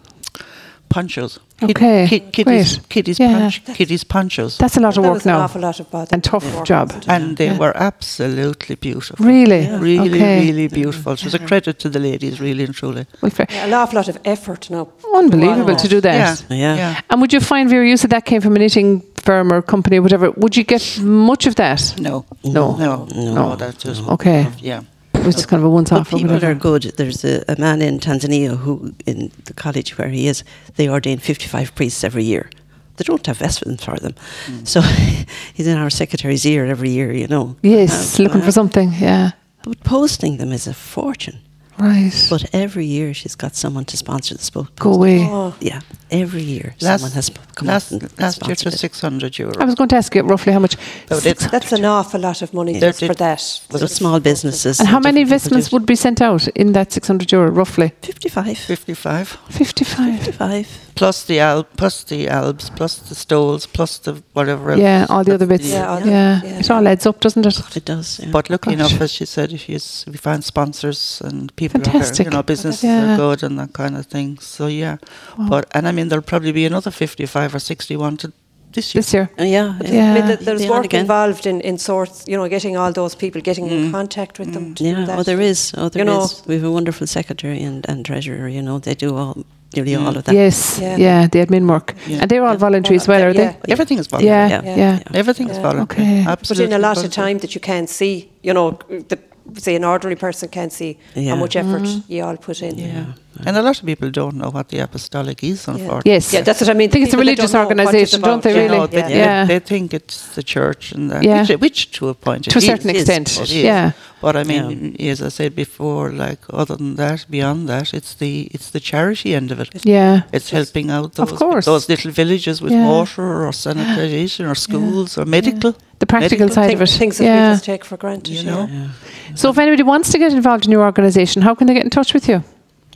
[SPEAKER 3] ponchos.
[SPEAKER 1] Okay,
[SPEAKER 3] kiddies,
[SPEAKER 1] great.
[SPEAKER 3] kiddies,
[SPEAKER 1] Yeah.
[SPEAKER 3] punch, kiddies ponchos,
[SPEAKER 1] That's a lot of
[SPEAKER 4] That
[SPEAKER 1] work
[SPEAKER 4] was an
[SPEAKER 1] now.
[SPEAKER 4] awful lot of bother.
[SPEAKER 1] And tough
[SPEAKER 4] work,
[SPEAKER 1] job.
[SPEAKER 4] wasn't it?
[SPEAKER 3] and they
[SPEAKER 1] Yeah.
[SPEAKER 3] were absolutely beautiful.
[SPEAKER 1] Really?
[SPEAKER 3] Really,
[SPEAKER 1] okay.
[SPEAKER 3] really beautiful. It was a credit to the ladies, really and truly.
[SPEAKER 1] Well, fair.
[SPEAKER 4] Yeah, an awful lot of effort now.
[SPEAKER 1] Unbelievable to do
[SPEAKER 3] Yeah,
[SPEAKER 1] that.
[SPEAKER 2] Yeah.
[SPEAKER 1] And would you find, Vera, you said that came from a knitting firm or company or whatever. Would you get much of that?
[SPEAKER 3] No,
[SPEAKER 1] No.
[SPEAKER 3] no,
[SPEAKER 2] No.
[SPEAKER 3] no. that's just
[SPEAKER 1] Okay.
[SPEAKER 3] Yeah,
[SPEAKER 1] It was just kind of a once off.
[SPEAKER 2] But people are good. There's a, a man in Tanzania who, in the college where he is, they ordain 55 priests every year. They don't have vestments for them.
[SPEAKER 1] Mm.
[SPEAKER 2] So he's in our secretary's ear every year, you know.
[SPEAKER 1] Yes,
[SPEAKER 2] Um,
[SPEAKER 1] looking for
[SPEAKER 2] uh,
[SPEAKER 1] something. Yeah.
[SPEAKER 2] But posting them is a fortune.
[SPEAKER 1] Right.
[SPEAKER 2] But every year she's got someone to sponsor the spoke.
[SPEAKER 1] Go away.
[SPEAKER 4] Oh,
[SPEAKER 2] Yeah, every year someone has p- come
[SPEAKER 3] last,
[SPEAKER 2] up and
[SPEAKER 3] last year
[SPEAKER 2] sponsored
[SPEAKER 3] to
[SPEAKER 2] it.
[SPEAKER 3] six hundred
[SPEAKER 1] I
[SPEAKER 3] euros.
[SPEAKER 1] was going to ask you roughly how much.
[SPEAKER 3] So it's-
[SPEAKER 4] that's an awful lot of money
[SPEAKER 3] There
[SPEAKER 4] just for
[SPEAKER 3] did-
[SPEAKER 4] that.
[SPEAKER 2] So small businesses.
[SPEAKER 1] and how many
[SPEAKER 2] different people
[SPEAKER 1] investments
[SPEAKER 2] do-
[SPEAKER 1] would be sent out in that 600 euro, roughly?
[SPEAKER 2] 55.
[SPEAKER 3] 55
[SPEAKER 1] 55.
[SPEAKER 2] 55.
[SPEAKER 3] plus the al- plus the albs plus the stoles plus the whatever else.
[SPEAKER 1] Yeah, all the other bits.
[SPEAKER 4] Yeah, all
[SPEAKER 1] Yeah,
[SPEAKER 4] the- yeah.
[SPEAKER 1] It all adds up, doesn't it?
[SPEAKER 2] It does. yeah.
[SPEAKER 3] But lucky
[SPEAKER 1] Gosh.
[SPEAKER 3] enough, as she said, if you, s- if you find sponsors and people, are there,
[SPEAKER 1] Fantastic.
[SPEAKER 3] you know, businesses
[SPEAKER 1] Yeah.
[SPEAKER 3] are good and that kind of thing. So yeah, but and I mean, there'll probably be another fifty-five or sixty-one to this year.
[SPEAKER 1] This year.
[SPEAKER 2] Uh, yeah,
[SPEAKER 1] Yeah.
[SPEAKER 4] I mean, th- there's
[SPEAKER 2] They are
[SPEAKER 4] work
[SPEAKER 2] again. Mm.
[SPEAKER 4] involved in, in sorts, you know, getting all those people, getting in contact with them. to do
[SPEAKER 2] Yeah,
[SPEAKER 4] that.
[SPEAKER 2] oh, there is. Oh, there is.
[SPEAKER 4] You know-
[SPEAKER 2] We have a wonderful secretary and, and treasurer. You know, they do all nearly all of that.
[SPEAKER 1] Yes.
[SPEAKER 4] Yeah.
[SPEAKER 1] Yeah. the admin work.
[SPEAKER 3] Yeah.
[SPEAKER 1] And they're all voluntary as well, are
[SPEAKER 4] Yeah.
[SPEAKER 1] they?
[SPEAKER 3] Everything is voluntary.
[SPEAKER 1] Yeah.
[SPEAKER 2] Yeah.
[SPEAKER 1] Yeah.
[SPEAKER 2] Yeah.
[SPEAKER 3] Everything is
[SPEAKER 4] Yeah.
[SPEAKER 3] voluntary.
[SPEAKER 1] Okay.
[SPEAKER 4] But in
[SPEAKER 3] Absolutely.
[SPEAKER 4] a lot of
[SPEAKER 3] voluntary.
[SPEAKER 4] time that you can't see, you know, the, say an ordinary person can't see
[SPEAKER 2] Yeah.
[SPEAKER 1] Mm-hmm.
[SPEAKER 4] how much effort you all put in.
[SPEAKER 2] Yeah.
[SPEAKER 3] And a lot of people don't know what the apostolic is, unfortunately.
[SPEAKER 1] Yes.
[SPEAKER 4] Yeah, that's what I mean.
[SPEAKER 1] I think it's a
[SPEAKER 4] People, they
[SPEAKER 1] religious
[SPEAKER 4] don't know what it's
[SPEAKER 1] organisation, don't
[SPEAKER 4] about,
[SPEAKER 1] they,
[SPEAKER 4] you
[SPEAKER 1] really?
[SPEAKER 4] know.
[SPEAKER 3] No,
[SPEAKER 2] Oh,
[SPEAKER 3] they,
[SPEAKER 1] Yeah.
[SPEAKER 3] they-
[SPEAKER 1] Yeah.
[SPEAKER 3] they think it's the church and that,
[SPEAKER 1] Yeah.
[SPEAKER 3] which, which to a point it
[SPEAKER 1] to a
[SPEAKER 3] is.
[SPEAKER 1] certain
[SPEAKER 3] It is,
[SPEAKER 1] extent.
[SPEAKER 3] it is.
[SPEAKER 1] Yeah.
[SPEAKER 3] But I mean, as I said before, like other than that, beyond that, it's the it's the charity end of it.
[SPEAKER 1] Yeah.
[SPEAKER 3] It's helping out
[SPEAKER 1] Of
[SPEAKER 3] those
[SPEAKER 1] course.
[SPEAKER 3] those little villages with
[SPEAKER 1] Yeah.
[SPEAKER 3] water or sanitation or schools or medical.
[SPEAKER 1] The practical
[SPEAKER 3] Medical
[SPEAKER 1] side
[SPEAKER 4] Think-
[SPEAKER 1] of it.
[SPEAKER 4] Things that we
[SPEAKER 1] yeah.
[SPEAKER 4] just take for granted,
[SPEAKER 3] You
[SPEAKER 4] you
[SPEAKER 3] know.
[SPEAKER 4] know.
[SPEAKER 1] So if anybody wants to get involved in your organisation, how can they get in touch with you?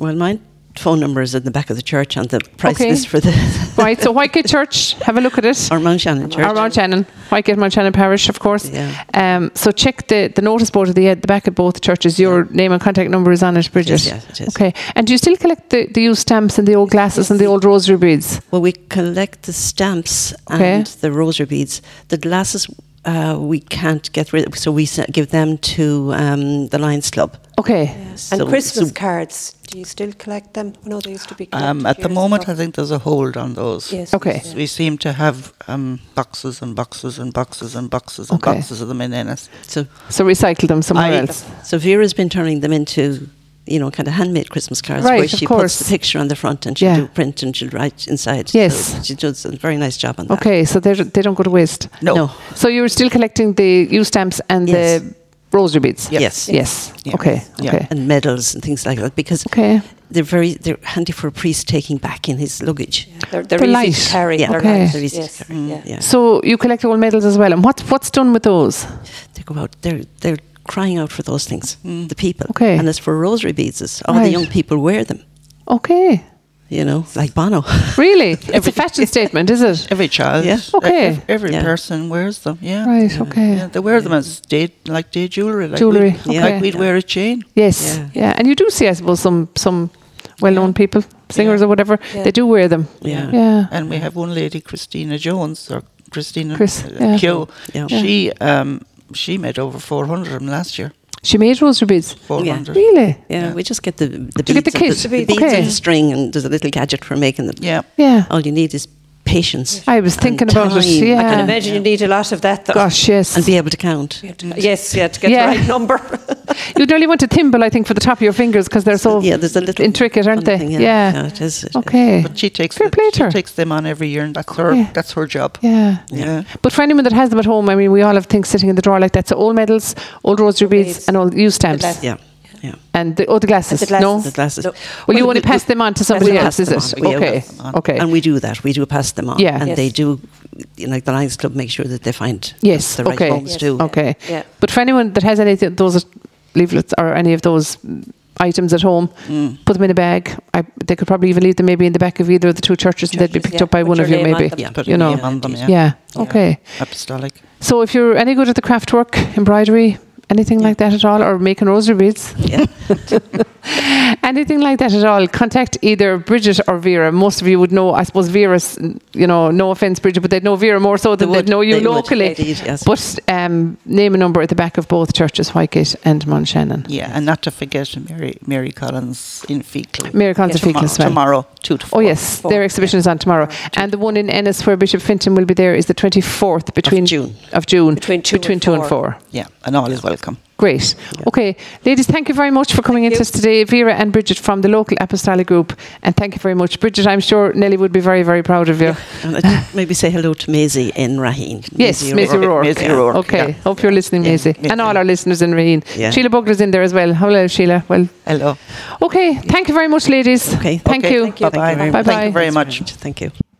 [SPEAKER 2] Well, my phone number is in the back of the church on the price
[SPEAKER 1] Okay.
[SPEAKER 2] list for the
[SPEAKER 1] Right, so Whitegate Church, have a look at it.
[SPEAKER 2] or Mount Shannon Church.
[SPEAKER 1] Or Mount Shannon, Whitegate Mount Shannon Parish, of course.
[SPEAKER 2] Yeah.
[SPEAKER 1] Um, so check the, the notice board at the, at the back of both churches. Your name and contact number is on it, Bridget.
[SPEAKER 2] yeah, it is.
[SPEAKER 1] Okay. And do you still collect the, the used stamps and the old glasses and the old rosary beads?
[SPEAKER 2] Well, we collect the stamps
[SPEAKER 1] Okay.
[SPEAKER 2] and the rosary beads. The glasses uh, we can't get rid of, so we se- give them to um, the Lions Club.
[SPEAKER 1] Okay.
[SPEAKER 4] And
[SPEAKER 2] So-
[SPEAKER 4] Christmas
[SPEAKER 2] so-
[SPEAKER 4] cards, do you still collect them? No, they used to be collected
[SPEAKER 3] Um, at the
[SPEAKER 4] years
[SPEAKER 3] moment,
[SPEAKER 4] ago.
[SPEAKER 3] I think there's a hold on those.
[SPEAKER 4] Yes.
[SPEAKER 1] Okay.
[SPEAKER 4] yes,
[SPEAKER 3] We seem to have um, boxes and boxes and boxes and boxes and
[SPEAKER 1] Okay.
[SPEAKER 3] boxes of them in Ennis.
[SPEAKER 2] So,
[SPEAKER 1] So recycle them somewhere
[SPEAKER 3] I-
[SPEAKER 1] else.
[SPEAKER 2] so Vera's been turning them into, you know, kind of handmade Christmas cards
[SPEAKER 1] Right,
[SPEAKER 2] where
[SPEAKER 1] of
[SPEAKER 2] she
[SPEAKER 1] course.
[SPEAKER 2] puts the picture on the front and she'll
[SPEAKER 1] Yeah.
[SPEAKER 2] do print and she'll write inside. So
[SPEAKER 1] Yes.
[SPEAKER 2] she does a very nice job on that.
[SPEAKER 1] Okay, so they they don't go to waste.
[SPEAKER 3] No.
[SPEAKER 2] No.
[SPEAKER 1] So you're still collecting the used stamps and
[SPEAKER 2] Yes.
[SPEAKER 1] the rosary beads?
[SPEAKER 2] Yes.
[SPEAKER 1] Yes.
[SPEAKER 3] Yeah.
[SPEAKER 1] Okay.
[SPEAKER 3] Yeah.
[SPEAKER 1] Okay.
[SPEAKER 2] And medals and things like that because
[SPEAKER 1] Okay.
[SPEAKER 2] they're very they're handy for a priest taking back in his luggage.
[SPEAKER 4] They're, they're,
[SPEAKER 1] They're
[SPEAKER 4] easy
[SPEAKER 1] light.
[SPEAKER 4] to carry.
[SPEAKER 2] Yeah.
[SPEAKER 4] They're
[SPEAKER 1] Okay.
[SPEAKER 4] light,
[SPEAKER 2] They're easy to
[SPEAKER 4] yes,
[SPEAKER 2] carry.
[SPEAKER 4] yeah.
[SPEAKER 2] Yeah.
[SPEAKER 1] So you collect old medals as well. And what, what's done with those?
[SPEAKER 2] they go out. They're they're crying out for those things. The people.
[SPEAKER 1] Okay.
[SPEAKER 2] And as for rosary beads, it's all the
[SPEAKER 1] Right.
[SPEAKER 2] young people wear them.
[SPEAKER 1] Okay.
[SPEAKER 2] You know, like Bono.
[SPEAKER 1] Really? it's a fashion statement, is it?
[SPEAKER 3] Every child,
[SPEAKER 2] Yeah.
[SPEAKER 3] e-
[SPEAKER 1] Okay.
[SPEAKER 3] ev- every
[SPEAKER 2] Yeah.
[SPEAKER 3] person wears them. Yeah,
[SPEAKER 1] Right, okay.
[SPEAKER 3] Yeah, they wear them as day like day jewelry. Like
[SPEAKER 1] Jewellery,
[SPEAKER 3] we'd,
[SPEAKER 1] okay.
[SPEAKER 3] like we'd
[SPEAKER 2] Yeah.
[SPEAKER 3] wear a chain.
[SPEAKER 1] Yes. Yeah.
[SPEAKER 2] Yeah.
[SPEAKER 1] And you do see, I suppose, some some well known people, singers
[SPEAKER 3] Yeah.
[SPEAKER 1] or whatever,
[SPEAKER 4] Yeah.
[SPEAKER 1] they do wear them.
[SPEAKER 2] Yeah.
[SPEAKER 1] Yeah.
[SPEAKER 3] And we have one lady, Christina Jones or Christina
[SPEAKER 1] Chris,
[SPEAKER 3] uh,
[SPEAKER 1] yeah.
[SPEAKER 3] Keogh.
[SPEAKER 2] Yeah.
[SPEAKER 3] She um, she made over four hundred of them last year.
[SPEAKER 1] She made rosary beads.
[SPEAKER 3] Four hundred.
[SPEAKER 1] Really?
[SPEAKER 2] Yeah,
[SPEAKER 3] Yeah.
[SPEAKER 2] we just get the the
[SPEAKER 1] You
[SPEAKER 2] beads,
[SPEAKER 1] get the
[SPEAKER 2] and
[SPEAKER 1] kids,
[SPEAKER 2] the,
[SPEAKER 1] the beads.
[SPEAKER 2] the beads
[SPEAKER 1] Okay.
[SPEAKER 2] and the string, and there's a little gadget for making them.
[SPEAKER 3] Yeah.
[SPEAKER 1] Yeah.
[SPEAKER 2] All you need is patience.
[SPEAKER 1] I was
[SPEAKER 2] and
[SPEAKER 1] thinking about it.
[SPEAKER 2] time.
[SPEAKER 1] Yeah.
[SPEAKER 4] I can imagine you need a lot of that, though.
[SPEAKER 1] Gosh, yes.
[SPEAKER 2] And be able to count.
[SPEAKER 4] You have to- Yes, yeah, to get
[SPEAKER 1] Yeah.
[SPEAKER 4] the right number.
[SPEAKER 1] You'd only want a thimble, I think, for the top of your fingers because they're so
[SPEAKER 2] yeah, there's a little
[SPEAKER 1] Oh, intricate, aren't they?
[SPEAKER 2] something,
[SPEAKER 1] Yeah.
[SPEAKER 2] Yeah. it is. it-
[SPEAKER 1] Okay.
[SPEAKER 3] But she takes
[SPEAKER 1] Fair
[SPEAKER 3] the,
[SPEAKER 1] play to
[SPEAKER 3] she
[SPEAKER 1] her.
[SPEAKER 3] takes them on every year, and that's her
[SPEAKER 1] Yeah.
[SPEAKER 3] that's her job.
[SPEAKER 1] Yeah.
[SPEAKER 3] Yeah.
[SPEAKER 1] But for anyone that has them at home, I mean, we all have things sitting in the drawer like that. So old medals, old rosary beads,
[SPEAKER 4] Beads.
[SPEAKER 1] and old used stamps,
[SPEAKER 4] glasses.
[SPEAKER 2] Yeah. Yeah.
[SPEAKER 1] and the, oh, the glasses.
[SPEAKER 4] And
[SPEAKER 1] No,
[SPEAKER 4] the glasses.
[SPEAKER 2] The glasses.
[SPEAKER 4] Look,
[SPEAKER 1] well, you
[SPEAKER 2] Well,
[SPEAKER 1] only
[SPEAKER 2] we-
[SPEAKER 1] pass
[SPEAKER 2] we-
[SPEAKER 1] them on to somebody
[SPEAKER 2] we
[SPEAKER 1] else,
[SPEAKER 2] pass
[SPEAKER 1] is
[SPEAKER 2] them
[SPEAKER 1] it?
[SPEAKER 2] on. We
[SPEAKER 1] Okay,
[SPEAKER 2] pass
[SPEAKER 3] them on.
[SPEAKER 1] okay.
[SPEAKER 2] And we do that. We do pass them on.
[SPEAKER 1] Yeah.
[SPEAKER 2] And
[SPEAKER 4] Yes.
[SPEAKER 2] they do, you know, like the Lions Club make sure that they find
[SPEAKER 1] Yes,
[SPEAKER 2] the right
[SPEAKER 1] okay.
[SPEAKER 2] homes
[SPEAKER 4] Yes.
[SPEAKER 2] too.
[SPEAKER 1] Okay.
[SPEAKER 4] Yeah.
[SPEAKER 1] But for anyone that has any of those leaflets or any of those items at home,
[SPEAKER 3] Mm.
[SPEAKER 1] put them in a bag. I, they could probably even leave them maybe in the back of either of the two churches, and they'd be
[SPEAKER 4] Churches,
[SPEAKER 1] picked
[SPEAKER 4] yeah.
[SPEAKER 1] up by
[SPEAKER 4] Put
[SPEAKER 1] one of
[SPEAKER 4] your
[SPEAKER 1] you
[SPEAKER 4] name on
[SPEAKER 1] maybe.
[SPEAKER 4] them.
[SPEAKER 2] Yeah.
[SPEAKER 3] Put
[SPEAKER 1] You
[SPEAKER 3] a
[SPEAKER 1] know.
[SPEAKER 3] name on them.
[SPEAKER 2] Yeah.
[SPEAKER 3] Yeah.
[SPEAKER 1] Yeah.
[SPEAKER 3] Yeah.
[SPEAKER 1] Okay.
[SPEAKER 3] Apostolic.
[SPEAKER 1] So if you're any good at the craft work, embroidery, anything like that at all, or making rosary beads,
[SPEAKER 2] Yeah.
[SPEAKER 1] anything like that at all, contact either Bridget or Vera. Most of you would know, I suppose Vera's, you know, no offence, Bridget, but they'd know Vera more so than
[SPEAKER 2] They
[SPEAKER 1] they would
[SPEAKER 2] would.
[SPEAKER 1] know you
[SPEAKER 2] They would.
[SPEAKER 1] locally.
[SPEAKER 2] Indeed, yes.
[SPEAKER 1] But um, name a number at the back of both churches, Whitegate and Mount Shannon.
[SPEAKER 3] Yeah, and not to forget Mary Mary Collins in fecal.
[SPEAKER 1] Mary Collins in
[SPEAKER 3] tomorrow,
[SPEAKER 1] Fecal as well.
[SPEAKER 3] Tomorrow, two to
[SPEAKER 1] Oh
[SPEAKER 3] four.
[SPEAKER 1] yes, their exhibition is on tomorrow, and the one in Ennis where Bishop Finton will be there is the twenty fourth between
[SPEAKER 2] June.
[SPEAKER 1] of June
[SPEAKER 4] Between two and
[SPEAKER 1] between two and
[SPEAKER 4] four.
[SPEAKER 1] four.
[SPEAKER 3] Yeah, and all is welcome.
[SPEAKER 1] Great. Okay, ladies, thank you very much for coming in to us today, Vera and Bridget from the local Apostolic Group, and thank you very much, Bridget. I'm sure Nelly would be very, very proud of you.
[SPEAKER 2] And I- maybe say hello to Maisie in Raheen.
[SPEAKER 1] Yes, Maisie
[SPEAKER 3] O'Rourke.
[SPEAKER 1] O'Rourke.
[SPEAKER 3] Maisie O'Rourke,
[SPEAKER 1] Okay,
[SPEAKER 3] yeah.
[SPEAKER 1] hope you're listening, Maisie,
[SPEAKER 3] yeah.
[SPEAKER 1] and all our listeners in Raheen.
[SPEAKER 2] Yeah.
[SPEAKER 1] Sheila Bugler's in there as well. Hello, Sheila. Well,
[SPEAKER 3] Hello.
[SPEAKER 1] okay, thank you very much, ladies.
[SPEAKER 2] Okay.
[SPEAKER 1] Thank
[SPEAKER 3] Okay,
[SPEAKER 1] you.
[SPEAKER 3] Thank you. Bye-bye.
[SPEAKER 2] very
[SPEAKER 1] Bye-bye.
[SPEAKER 2] much.
[SPEAKER 3] Thank you very
[SPEAKER 2] Thanks
[SPEAKER 3] much.
[SPEAKER 2] Thank you.